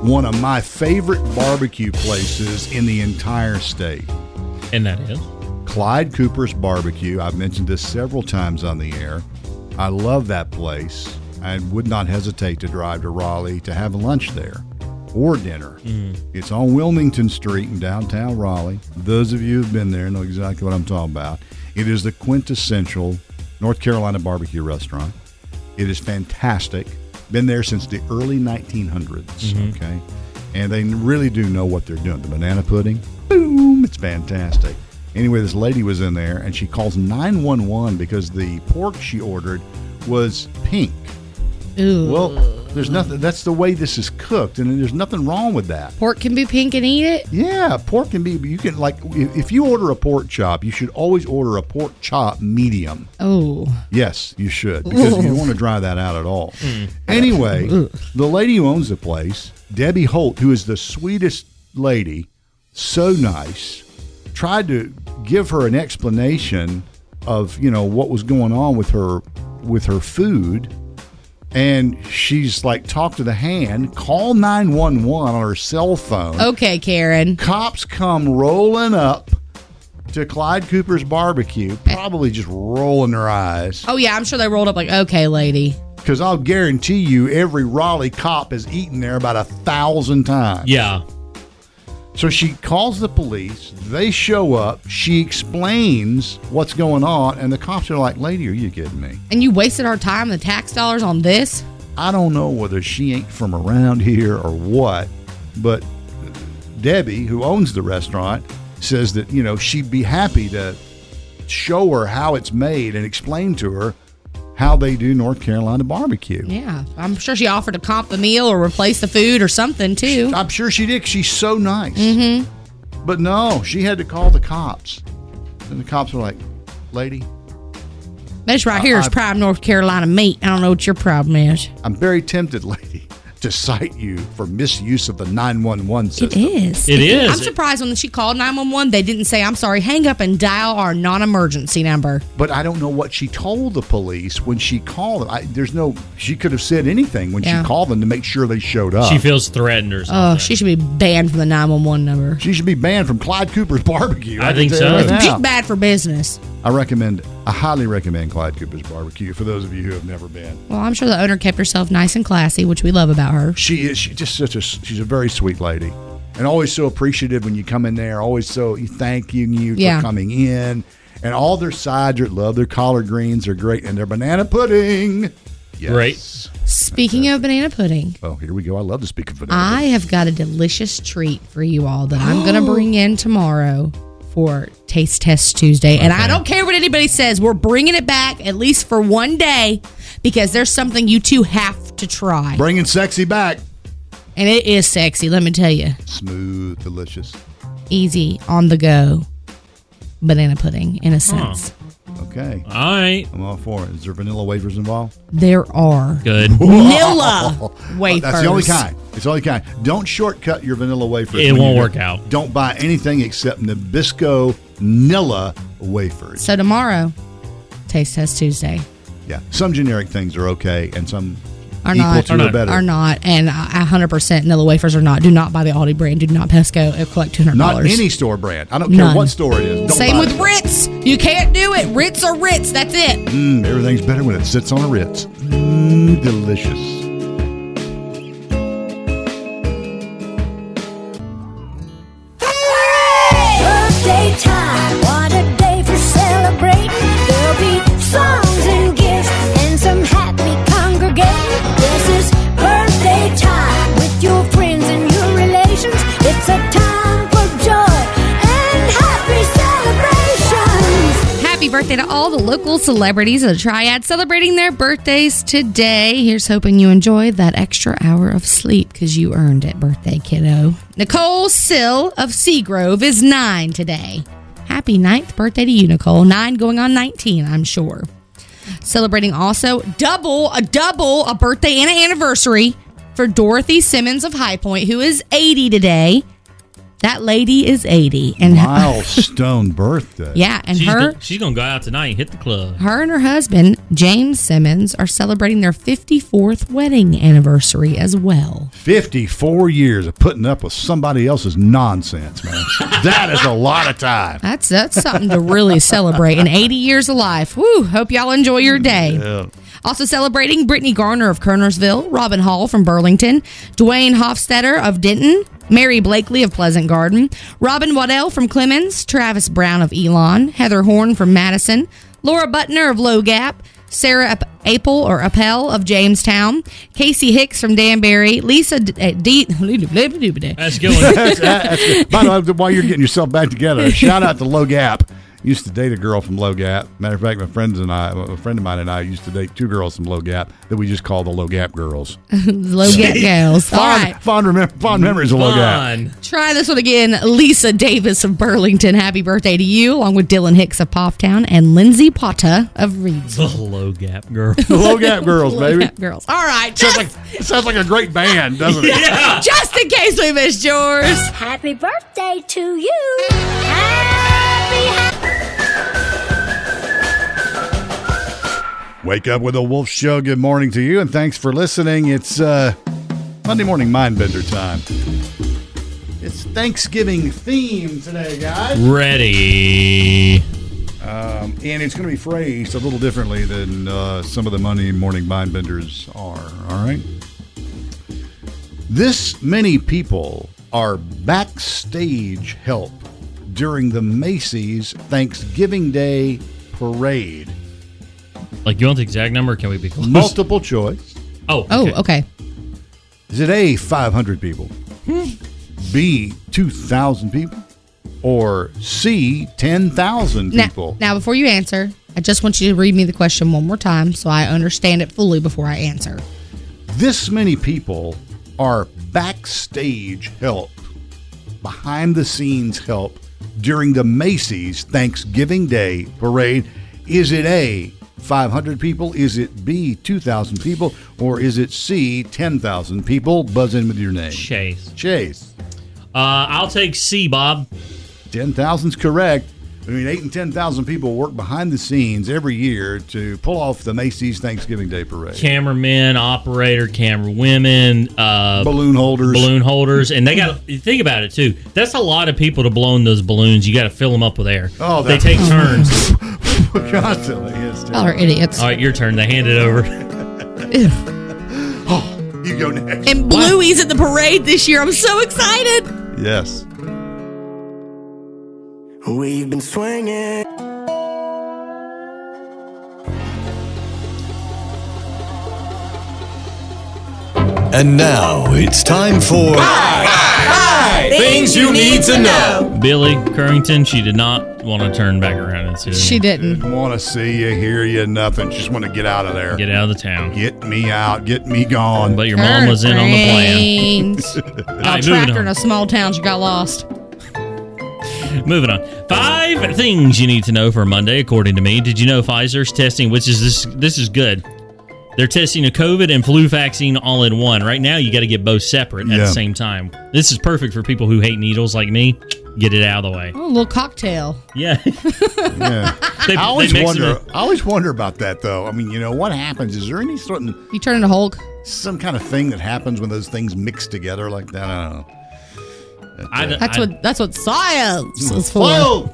Speaker 5: one of my favorite barbecue places in the entire state.
Speaker 7: And that is?
Speaker 5: Clyde Cooper's Barbecue. I've mentioned this several times on the air. I love that place and would not hesitate to drive to Raleigh to have lunch there or dinner. It's on Wilmington Street in downtown Raleigh. Those of you who've been there know exactly what I'm talking about. It is the quintessential North Carolina barbecue restaurant. It is fantastic. Been there since the early 1900s.
Speaker 12: Mhm.
Speaker 5: Okay. And they really do know what they're doing. The banana pudding, boom, it's fantastic. Anyway, this lady was in there and she calls 911 because the pork she ordered was pink.
Speaker 6: Ooh.
Speaker 5: Well, there's nothing, that's the way this is cooked, and there's nothing wrong with that.
Speaker 6: Pork can be pink and eat it.
Speaker 5: Yeah, pork can be, you can, like, if if you order a pork chop, you should always order a pork chop medium.
Speaker 6: Oh,
Speaker 5: Yes, you should because you don't want to dry that out at all. Anyway, the lady who owns the place, Debbie Holt, who is the sweetest lady, so nice, tried to give her an explanation of you know what was going on with her with her food, and she's like, talk to the hand, call nine one one on her cell phone.
Speaker 6: okay, Karen.
Speaker 5: Cops come rolling up to Clyde Cooper's barbecue, probably just rolling their eyes.
Speaker 6: Oh yeah, I'm sure they rolled up like, okay, lady.
Speaker 5: Because I'll guarantee you, every Raleigh cop has eaten there about a thousand times.
Speaker 7: Yeah.
Speaker 5: So she calls the police. They show up. She explains what's going on, and the cops are like, "Lady, are you kidding me?
Speaker 6: And you wasted our time, the tax dollars on this.
Speaker 5: I don't know whether she ain't from around here or what, but Debbie, who owns the restaurant, says that, you know, she'd be happy to show her how it's made and explain to her how they do North Carolina barbecue.
Speaker 6: Yeah, I'm sure she offered to comp the meal or replace the food or something too.
Speaker 5: I'm sure she did. She's so nice. Mm-hmm. But no, she had to call the cops. And the cops were like, lady,
Speaker 6: This right here is
Speaker 5: I- I-
Speaker 6: prime North Carolina meat. I don't know what your problem is.
Speaker 5: I'm very tempted, <laughs> lady, to cite you for misuse of the 911 system.
Speaker 6: It is. I'm surprised when she called 911, they didn't say, I'm sorry, hang up and dial our non emergency number.
Speaker 5: But I don't know what she told the police when she called them. I, there's no, she could have said anything when
Speaker 6: Yeah.
Speaker 5: she called them to make sure they showed up.
Speaker 7: She feels threatened or
Speaker 6: Oh,
Speaker 7: something.
Speaker 6: she should be banned from the 911 number.
Speaker 5: She should be banned from Clyde Cooper's <laughs> barbecue.
Speaker 7: I
Speaker 5: can
Speaker 7: think
Speaker 5: tell you
Speaker 7: so.
Speaker 5: right
Speaker 6: She's
Speaker 5: now.
Speaker 6: bad for business.
Speaker 5: I recommend, I highly recommend Clyde Cooper's barbecue for those of you who have never been.
Speaker 6: Well, I'm sure the owner kept herself nice and classy, which we love about her.
Speaker 5: She is she just such a she's a very sweet lady, and always so appreciative when you come in there. Always so thanking you
Speaker 6: Yeah.
Speaker 5: for coming in, and all their sides are love. Their collard greens are great, and their banana pudding. Yes. Great.
Speaker 6: Speaking of banana pudding,
Speaker 5: Oh, here we go. I love to speak of banana.
Speaker 6: I have got a delicious treat for you all that I'm
Speaker 5: <gasps>
Speaker 6: going to bring in tomorrow for Taste Test Tuesday. And I
Speaker 12: Okay.
Speaker 6: don't care what anybody says, we're bringing it back at least for one day because there's something you two have to try.
Speaker 5: Bringing sexy back.
Speaker 6: And it is sexy, let me tell you.
Speaker 5: Smooth, delicious.
Speaker 6: Easy, on the go banana pudding, in a sense.
Speaker 5: Okay.
Speaker 7: All right.
Speaker 5: I'm all for it. Is there vanilla wafers involved? Oh,
Speaker 6: There are.
Speaker 7: Good.
Speaker 5: <laughs>
Speaker 6: Vanilla wafers.
Speaker 5: That's the only kind. It's the only kind. Don't shortcut your vanilla wafers.
Speaker 7: It
Speaker 5: when
Speaker 7: won't
Speaker 5: you-
Speaker 7: work out.
Speaker 5: Don't buy anything except Nabisco Nilla wafers.
Speaker 6: So tomorrow, Taste Test Tuesday.
Speaker 5: Yeah, some generic things are okay, and some
Speaker 6: Are
Speaker 5: equal
Speaker 6: not,
Speaker 5: to
Speaker 6: are
Speaker 5: or
Speaker 6: not,
Speaker 5: better.
Speaker 6: are not, and I- 100% Nilla wafers are not. Do not buy the Aldi brand. Do not Pesco. It'll collect $200.
Speaker 5: Not any store brand. I don't care
Speaker 6: None.
Speaker 5: what store it is. Don't
Speaker 6: Same
Speaker 5: buy
Speaker 6: with
Speaker 5: it.
Speaker 6: Ritz. You can't do it. Ritz or Ritz. That's it.
Speaker 5: Mm, everything's better when it sits on a Ritz. Mm, delicious.
Speaker 3: Birthday time, what a day for celebrating. There'll be songs and gifts and some happy congregating. This is birthday time with your friends and your relations. It's a time for joy and happy celebrations.
Speaker 6: Happy birthday to all the local celebrities of the Triad celebrating their birthdays today. Here's hoping you enjoy that extra hour of sleep because you earned it, birthday kiddo. Nicole Sill of Seagrove is nine today. Happy ninth birthday to you, Nicole. Nine going on 19, I'm sure. Celebrating also double, a double, a birthday and an anniversary for Dorothy Simmons of High Point, who is 80 today. That lady is 80. And
Speaker 5: Milestone birthday.
Speaker 6: <laughs> Yeah, and
Speaker 7: she's
Speaker 6: her-
Speaker 7: Gonna, she's gonna go out tonight and hit the club.
Speaker 6: Her and her husband, James Simmons, are celebrating their 54th wedding anniversary as well.
Speaker 5: 54 years of putting up with somebody else's nonsense, man. that is a lot of time.
Speaker 6: That's that's something to really celebrate in 80 years of life. Woo, hope y'all enjoy your day.
Speaker 5: Yeah.
Speaker 6: Also celebrating Brittany Garner of Kernersville, Robin Hall from Burlington, Dwayne Hofstetter of Denton, Mary Blakely of Pleasant Garden, Robin Waddell from Clemens, Travis Brown of Elon, Heather Horn from Madison, Laura Butner of Low Gap, Sarah Ap- Apel or Appel of Jamestown, Casey Hicks from Danbury, Lisa D. uh, D- <laughs>
Speaker 7: That's
Speaker 5: That's- that's- By the way, while you're getting yourself back together, shout out to Low Gap. Used to date a girl from Low Gap. Matter of fact, my friends and I, a friend of mine and I, used to date two girls from Low Gap that we just call the Low Gap girls.
Speaker 6: Low Gap Gals. All
Speaker 5: Fond,
Speaker 6: right.
Speaker 5: fond, remem- fond memories of Low Gap.
Speaker 6: Try this one again. Lisa Davis of Burlington. Happy birthday to you, along with Dylan Hicks of Pofftown and Lindsay Potta of
Speaker 7: The
Speaker 6: Reedsville.
Speaker 7: low gap girl.
Speaker 5: The Low <laughs> Gap girls,
Speaker 6: Low
Speaker 5: baby.
Speaker 6: Gap <laughs> girls. All right.
Speaker 5: Sounds like sounds like a great band, doesn't it?
Speaker 6: Just in case we missed yours.
Speaker 3: Happy birthday to you. Happy, happy.
Speaker 5: Wake up with a Wolf Show. Good morning to you, and thanks for listening. It's uh, Monday morning mindbender time. It's Thanksgiving theme today, guys.
Speaker 7: Ready.
Speaker 5: Um, and it's going to be phrased a little differently than uh, some of the Monday morning mindbenders are. All right. This many people are backstage help during the Macy's Thanksgiving Day parade.
Speaker 7: Like you want the exact number? or Can we be close?
Speaker 5: Multiple choice.
Speaker 7: Oh.
Speaker 6: Oh, okay.
Speaker 5: Is it A, 500 people? B, 2,000 people, or C, 10,000
Speaker 6: Now,
Speaker 5: people?
Speaker 6: now, before you answer, I just want you to read me the question one more time so I understand it fully before I answer.
Speaker 5: This many people are backstage help, behind the scenes help during the Macy's Thanksgiving Day parade. Is it A, 500 people? Is it B, 2,000 people? Or is it C, 10,000 people? Buzz in with your name.
Speaker 7: Chase.
Speaker 5: Chase.
Speaker 7: Uh, I'll take C, Bob.
Speaker 5: 10,000's correct. I mean, eight and 10,000 people work behind the scenes every year to pull off the Macy's Thanksgiving Day Parade.
Speaker 7: Cameramen, operator, camera women, uh,
Speaker 5: balloon holders,
Speaker 7: balloon holders, and they got. Think about it too. That's a lot of people to blow in those balloons. You got to fill them up with air.
Speaker 5: Oh,
Speaker 7: they
Speaker 5: that-
Speaker 7: take turns.
Speaker 5: <laughs> Constantly. Yes,
Speaker 6: Y'all are idiots.
Speaker 7: All right, your turn. They hand it over.
Speaker 5: You go next.
Speaker 6: And Bluey's at the parade this year. I'm so excited.
Speaker 5: Yes.
Speaker 12: We've been swinging.
Speaker 13: And now it's time for Things You Need to Know.
Speaker 7: Billy Currington. She did not want to turn back around and see.
Speaker 6: She didn't.
Speaker 5: want to see you, hear you, nothing. Just want to get out of there.
Speaker 7: Get out of the town.
Speaker 5: Get me out. Get me gone.
Speaker 7: But your mom was in on the plan.
Speaker 6: Brains.
Speaker 7: All
Speaker 6: Y'all
Speaker 7: right,
Speaker 6: trapped
Speaker 7: moving
Speaker 6: her in
Speaker 7: on.
Speaker 6: a small town. She got lost.
Speaker 7: Moving on. Five things you need to know for Monday, according to me. Did you know Pfizer's testing, which is this this is good. They're testing a COVID and flu vaccine all in one. Right now you gotta get both separate at
Speaker 5: Yeah.
Speaker 7: the same time. This is perfect for people who hate needles like me. Get it out of the way.
Speaker 6: Oh, a little cocktail.
Speaker 7: Yeah. <laughs>
Speaker 5: Yeah.
Speaker 7: They-
Speaker 5: I always
Speaker 7: they mix
Speaker 5: wonder.
Speaker 7: it
Speaker 5: I always wonder about that, though. I mean, you know, what happens? Is there any sort of
Speaker 6: You turn into Hulk.
Speaker 5: some kind of thing that happens when those things mix together like that? I don't know. But,
Speaker 7: I
Speaker 5: uh,
Speaker 7: don't-
Speaker 6: That's what that's what science is for.
Speaker 5: Whoa!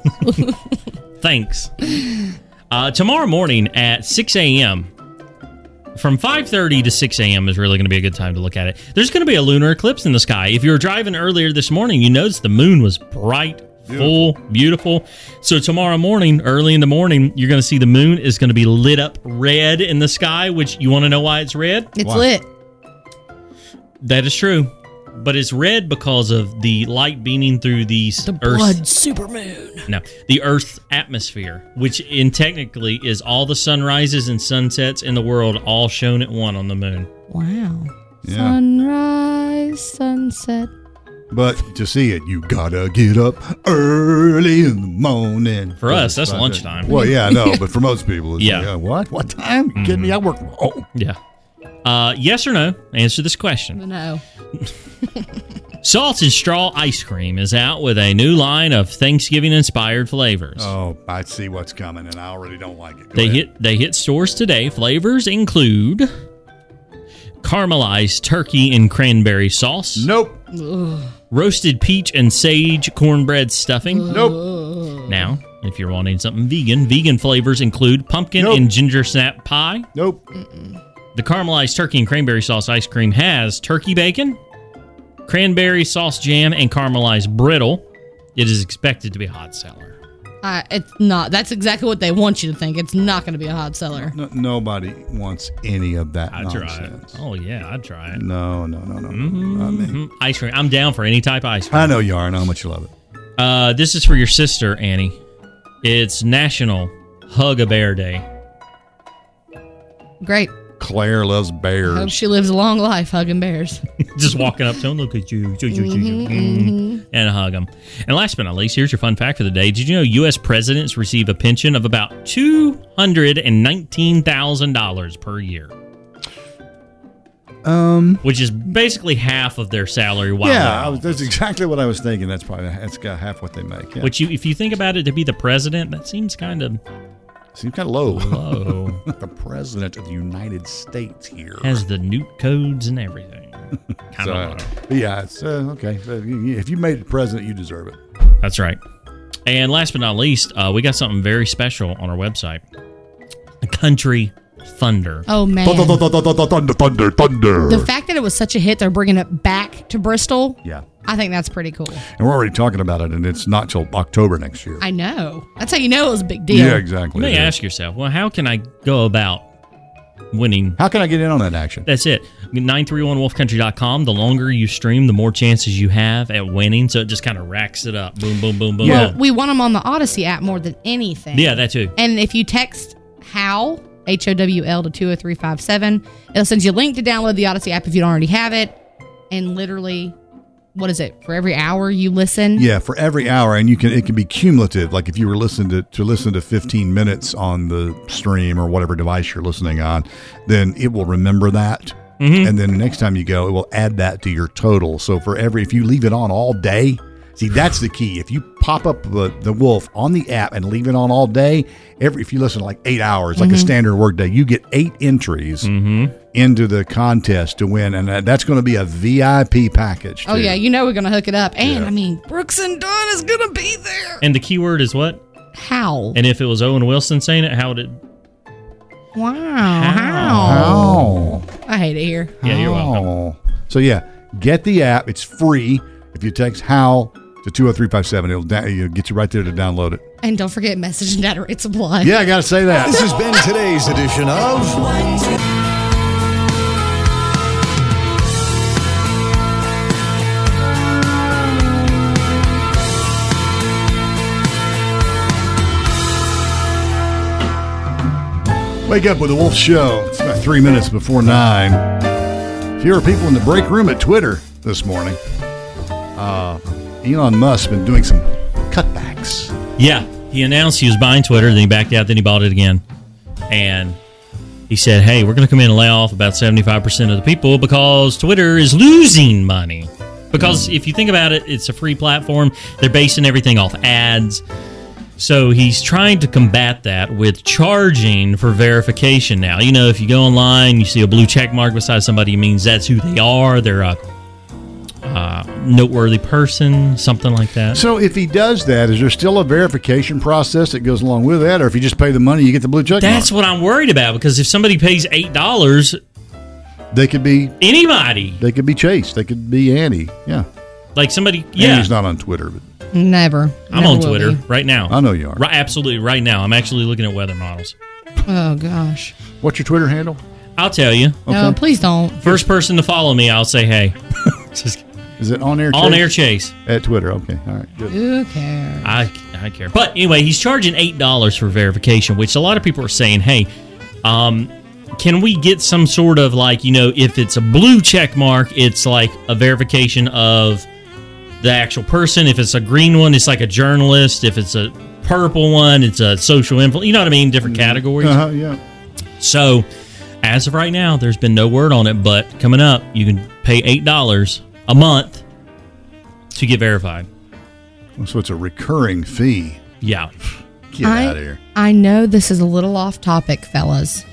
Speaker 7: Thanks. Uh, tomorrow morning at 6 a.m. From 5:30 to 6 a.m. is really going to be a good time to look at it. There's going to be a lunar eclipse in the sky. If you were driving earlier this morning, you noticed the moon was bright, full, beautiful. So tomorrow morning, early in the morning, you're going to see the moon is going to be lit up red in the sky. Which you want to know why it's red?
Speaker 6: It's lit.
Speaker 7: That is true, but it's red because of the light beaming through the, s- Earth's
Speaker 6: Blood supermoon.
Speaker 7: no, the Earth's atmosphere, which in technically is all the sunrises and sunsets in the world, all shown at one on the moon.
Speaker 6: Wow.
Speaker 5: Yeah.
Speaker 6: Sunrise, sunset.
Speaker 5: But to see it, you gotta get up early in the morning.
Speaker 7: For us, that's
Speaker 5: Five thirty.
Speaker 7: lunchtime.
Speaker 5: Well, yeah, I know, but for most people, it's
Speaker 7: Yeah. Mm-hmm.
Speaker 5: like, uh, what? What time? You Kidding me? I work. Oh,
Speaker 7: Yeah. Uh, yes or no? Answer this question.
Speaker 6: No.
Speaker 7: Salt and straw ice cream is out with a new line of Thanksgiving-inspired flavors.
Speaker 5: oh, I see what's coming, and I already don't like it. Go
Speaker 7: They
Speaker 5: ahead.
Speaker 7: hit they hit stores today. Flavors include caramelized turkey and cranberry sauce.
Speaker 5: Nope.
Speaker 7: Roasted peach and sage cornbread stuffing.
Speaker 5: Nope.
Speaker 7: Now, if you're wanting something vegan, vegan flavors include pumpkin and ginger snap pie.
Speaker 5: Nope.
Speaker 7: The caramelized turkey and cranberry sauce ice cream has turkey bacon, cranberry sauce jam, and caramelized brittle. It is expected to be a hot seller.
Speaker 6: Uh, it's not. That's exactly what they want you to think. It's not going to be a hot seller.
Speaker 5: No, nobody wants any of that
Speaker 7: I'd try
Speaker 5: nonsense.
Speaker 7: it. Oh yeah, I'd try it.
Speaker 5: No, no, no, no. no.
Speaker 7: Mhm. Ice cream. I'm down for any type of ice cream.
Speaker 5: I know you are. I know how much you love it.
Speaker 7: Uh, this is for your sister, Annie. It's National Hug a Bear Day.
Speaker 6: Great.
Speaker 5: Claire loves bears.
Speaker 6: Hope she lives a long life hugging bears.
Speaker 7: Just walking up to him, look at you, you, you, you, you, mm, and hug him. And last but not least, here's your fun fact for the day. Did you know U.S. presidents receive a pension of about two hundred and nineteen thousand dollars per year,
Speaker 5: Um.
Speaker 7: which is basically half of their salary? While they're
Speaker 5: yeah,
Speaker 7: in
Speaker 5: I was,
Speaker 7: office.
Speaker 5: that's exactly what I was thinking. That's probably that's got half what they make. Yeah.
Speaker 7: Which you, if you think about it, to be the president, that seems kind
Speaker 5: <laughs>
Speaker 7: of
Speaker 5: seems kind of low.
Speaker 7: <laughs> low.
Speaker 5: the president of the United States here.
Speaker 7: Has the newt codes and
Speaker 5: <laughs>
Speaker 7: everything. Kind
Speaker 5: So,
Speaker 7: of low.
Speaker 5: but yeah, it's uh, okay. So if you- If you made it president, you deserve it.
Speaker 7: That's right. And last but not least, uh, we got something very special on our website. A country thunder.
Speaker 6: Oh, man.
Speaker 5: Thunder, thunder, thunder, thunder, thunder.
Speaker 6: The fact that it was such a hit, they're bringing it back to Bristol.
Speaker 5: yeah,
Speaker 6: I think that's pretty cool.
Speaker 5: and we're already talking about it, and it's not till October next year.
Speaker 6: I know. That's how you know it was a big deal.
Speaker 5: yeah, exactly.
Speaker 7: You may
Speaker 5: It is.
Speaker 7: ask yourself, well, how can I go about winning.
Speaker 5: How can I get in on that action?
Speaker 7: That's it. 931wolfcountry.com. The longer you stream, the more chances you have at winning. So it just kind of racks it up. Boom, boom, boom, boom.
Speaker 6: Well,
Speaker 7: boom.
Speaker 6: we want them on the Odyssey app more than anything.
Speaker 7: Yeah, that too.
Speaker 6: And if you text HOW, H O W L, to 20357, it'll send you a link to download the Odyssey app if you don't already have it. And literally, what is it? For every hour you listen?
Speaker 5: Yeah, for every hour, and you can it can be cumulative. Like if you were listening to, to listen to 15 minutes on the stream or whatever device you're listening on, then it will remember that, and then the next time you go, it will add that to your total. So for every if you leave it on all day, see that's the key. If you pop up the, the wolf on the app and leave it on all day, every if you listen to like eight hours, like a
Speaker 14: Mhm.
Speaker 5: standard work day, you get eight entries into the contest to win, and that- that's going to be a VIP package.
Speaker 6: Oh,
Speaker 5: too.
Speaker 6: yeah, you know we're going to hook it up. And I mean, Brooks and Dunn is going to be there.
Speaker 7: And the keyword is what?
Speaker 6: How.
Speaker 7: And if it was Owen Wilson saying it, how did it?
Speaker 6: Wow.
Speaker 5: How?
Speaker 6: I hate it here.
Speaker 7: Yeah, you're
Speaker 5: welcome. So yeah, get the app. It's free. If you text HOW to 20357, it'll, da- it'll get you right there to download it.
Speaker 6: And don't forget, message and data rates apply.
Speaker 5: Yeah, I got to say that.
Speaker 13: This has been today's edition of
Speaker 5: Wake Up with the Wolf Show. It's about three minutes before nine. Fewer people in the break room at Twitter this morning. Uh, Elon Musk's been doing some cutbacks.
Speaker 7: Yeah, he announced he was buying Twitter, then he backed out, then he bought it again. And he said, hey, we're going to come in and lay off about 75% of the people because Twitter is losing money. Because if you think about it, it's a free platform. They're basing everything off ads. So he's trying to combat that with charging for verification now. You know, if you go online, you see a blue check mark beside somebody, it means that's who they are. They're a uh, noteworthy person, something like that.
Speaker 5: So if he does that, is there still a verification process that goes along with that, or if you just pay the money, you get the blue check?
Speaker 7: That's what I'm worried about because if somebody pays eight dollars,
Speaker 5: they could be
Speaker 7: anybody.
Speaker 5: They could be Chase. They could be Andy. Yeah,
Speaker 7: Like somebody, yeah.
Speaker 5: Andy's not on Twitter, but
Speaker 6: Never.
Speaker 7: I'm
Speaker 6: Never
Speaker 7: on
Speaker 6: will
Speaker 7: Twitter
Speaker 6: be.
Speaker 7: right now.
Speaker 5: I know you are.
Speaker 7: Right, absolutely, right now. I'm actually looking at weather models.
Speaker 6: Oh, gosh.
Speaker 5: What's your Twitter handle?
Speaker 7: I'll tell you.
Speaker 6: No, please don't.
Speaker 7: First person to follow me, I'll say hey.
Speaker 5: is it on air?
Speaker 7: On air chase
Speaker 5: at Twitter. Okay, all right, good.
Speaker 6: Who cares?
Speaker 7: I I care. But anyway, he's charging eight dollars for verification, which a lot of people are saying, hey, um, can we get some sort of like, you know, if it's a blue check mark, it's like a verification of the actual person. If it's a green one, it's like a journalist. If it's a purple one, it's a social influence. You know what I mean? Different categories.
Speaker 5: Uh-huh, yeah.
Speaker 7: So, as of right now, there's been no word on it, but coming up, you can pay $8 a month to get verified.
Speaker 5: So it's a recurring fee.
Speaker 7: Yeah.
Speaker 5: Get
Speaker 6: I,
Speaker 5: out of here.
Speaker 6: I know this is a little off topic, fellas,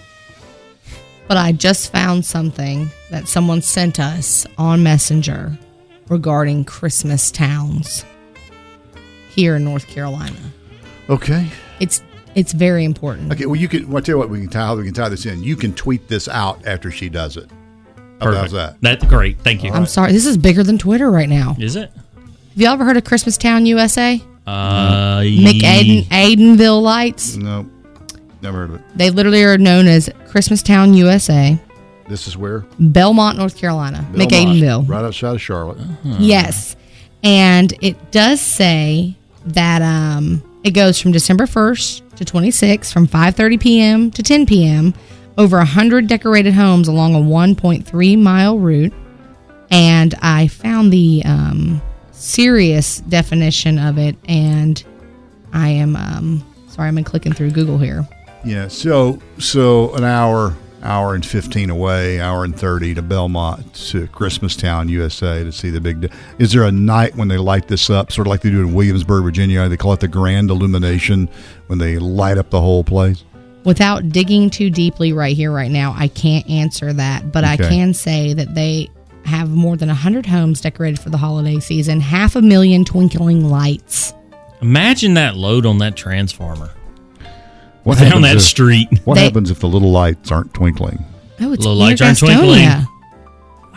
Speaker 6: but I just found something that someone sent us on Messenger regarding Christmas towns here in North Carolina.
Speaker 5: Okay.
Speaker 6: It's it's very important.
Speaker 5: Okay. Well, you can. Well, I tell you what, we can tie. How we can tie this in. You can tweet this out after she does it. How about
Speaker 7: Perfect.
Speaker 5: that?
Speaker 7: That's great. Thank you.
Speaker 6: I'm sorry. This is bigger than Twitter right now.
Speaker 7: Is it?
Speaker 6: Have y'all ever heard of Christmas Town USA?
Speaker 7: Uh,
Speaker 6: McAden Aidenville lights.
Speaker 5: No, never heard of it.
Speaker 6: They literally are known as Christmas Town USA,
Speaker 5: This is where
Speaker 6: Belmont, North Carolina,
Speaker 5: Belmont,
Speaker 6: McAdenville.
Speaker 5: right outside of Charlotte.
Speaker 6: Uh-huh. Yes. And it does say that um, it goes from December 1st to 26th from 5:30 p.m. to 10 p.m. over 100 decorated homes along a 1.3 mile route. And I found the um, serious definition of it and I am um, sorry I've been clicking through Google here.
Speaker 5: Yeah. So so an hour, hour and fifteen away, hour and thirty to Belmont to Christmastown, USA, to see the big. Di- Is there a night when they light this up, sort of like they do in Williamsburg, Virginia? They call it the Grand Illumination when they light up the whole place.
Speaker 6: Without digging too deeply right here, right now, I can't answer that, but I
Speaker 5: Okay.
Speaker 6: can say that they have more than 100 homes decorated for the holiday season, half a million twinkling lights.
Speaker 7: Imagine that load on that transformer.
Speaker 5: What
Speaker 7: Down
Speaker 5: happens
Speaker 7: that
Speaker 5: if-
Speaker 7: street.
Speaker 5: What
Speaker 6: They-
Speaker 5: happens if the little lights aren't twinkling?
Speaker 6: Oh, it's Little
Speaker 7: Little lights aren't twinkling.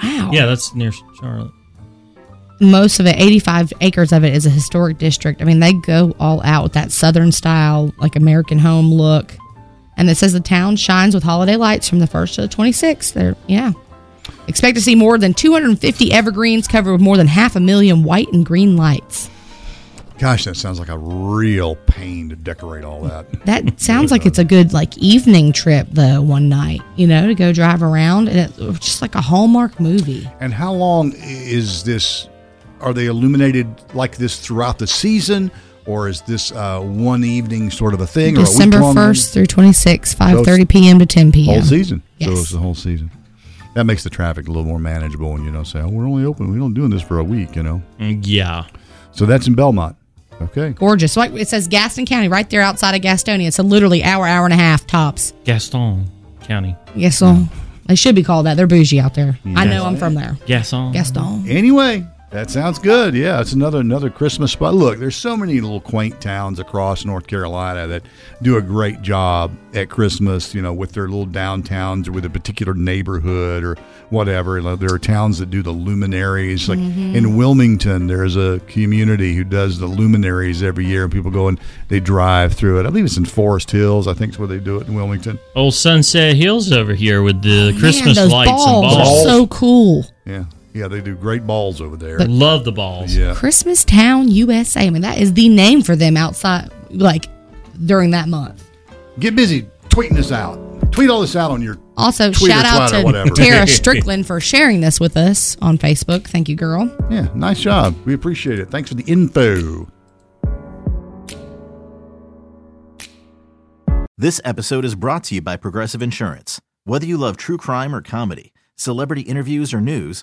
Speaker 6: Wow.
Speaker 7: Yeah, that's near Charlotte.
Speaker 6: Most of it, 85 acres of it, is a historic district. I mean, they go all out with that Southern style, like American home look. And it says the town shines with holiday lights from the 1st to the 26th. There, yeah. Expect to see more than 250 evergreens covered with more than half a million white and green lights.
Speaker 5: Gosh, that sounds like a real pain to decorate all that.
Speaker 6: That sounds like it's a good like evening trip though, one night, you know, to go drive around and it- it's just like a Hallmark movie.
Speaker 5: And how long is this? Are they illuminated like this throughout the season, or is this uh, one evening sort of a thing?
Speaker 6: December
Speaker 5: or a week-long
Speaker 6: 1st through 26th,
Speaker 5: it's
Speaker 6: 5:30 p.m. to 10 p.m.
Speaker 5: Whole season. So
Speaker 6: Yes.
Speaker 5: it's the whole season. That makes the traffic a little more manageable, and you don't say, "Oh, we're only open. We don't doing this for a week," you know.
Speaker 7: Mm, Yeah.
Speaker 5: So that's in Belmont. Okay.
Speaker 6: Gorgeous. Like it says Gaston County right there outside of Gastonia. So literally hour, hour and a half tops.
Speaker 7: Gaston County.
Speaker 6: Yes,
Speaker 7: Mm.
Speaker 6: so they should be called that. They're bougie out there. I know I'm
Speaker 5: Gaston.
Speaker 6: from there.
Speaker 7: Gaston.
Speaker 6: Gaston.
Speaker 5: Anyway, that sounds good. Yeah, it's another another Christmas spot. Look, there's so many little quaint towns across North Carolina that do a great job uh, at Christmas. You know, with their little downtowns or with a particular neighborhood or whatever. You know, there are towns that do the luminaries. Like
Speaker 14: Mhm.
Speaker 5: in Wilmington, there's a community who does the luminaries every year, and people go and they drive through it. I believe it's in Forest Hills. I think is where they do it in Wilmington.
Speaker 7: Old Sunset Hills over here with the Christmas
Speaker 6: Oh, Man, those
Speaker 7: lights
Speaker 6: balls,
Speaker 7: and balls.
Speaker 6: are so cool.
Speaker 5: Yeah, yeah, they do great balls over there.
Speaker 6: But-
Speaker 7: Love the balls.
Speaker 5: Yeah.
Speaker 6: Christmas Town, USA. I mean, that is the name for them outside, like during that month.
Speaker 5: Get busy tweeting this out. Tweet all this out on your
Speaker 6: Also,
Speaker 5: Tweet or
Speaker 6: shout out
Speaker 5: twat or
Speaker 6: to
Speaker 7: <laughs>
Speaker 5: whatever.
Speaker 6: Tara Strickland for sharing this with us on Facebook. Thank you, girl.
Speaker 5: Yeah, nice job. We appreciate it. Thanks for the info.
Speaker 15: This episode is brought to you by Progressive Insurance. Whether you love true crime or comedy, celebrity interviews or news,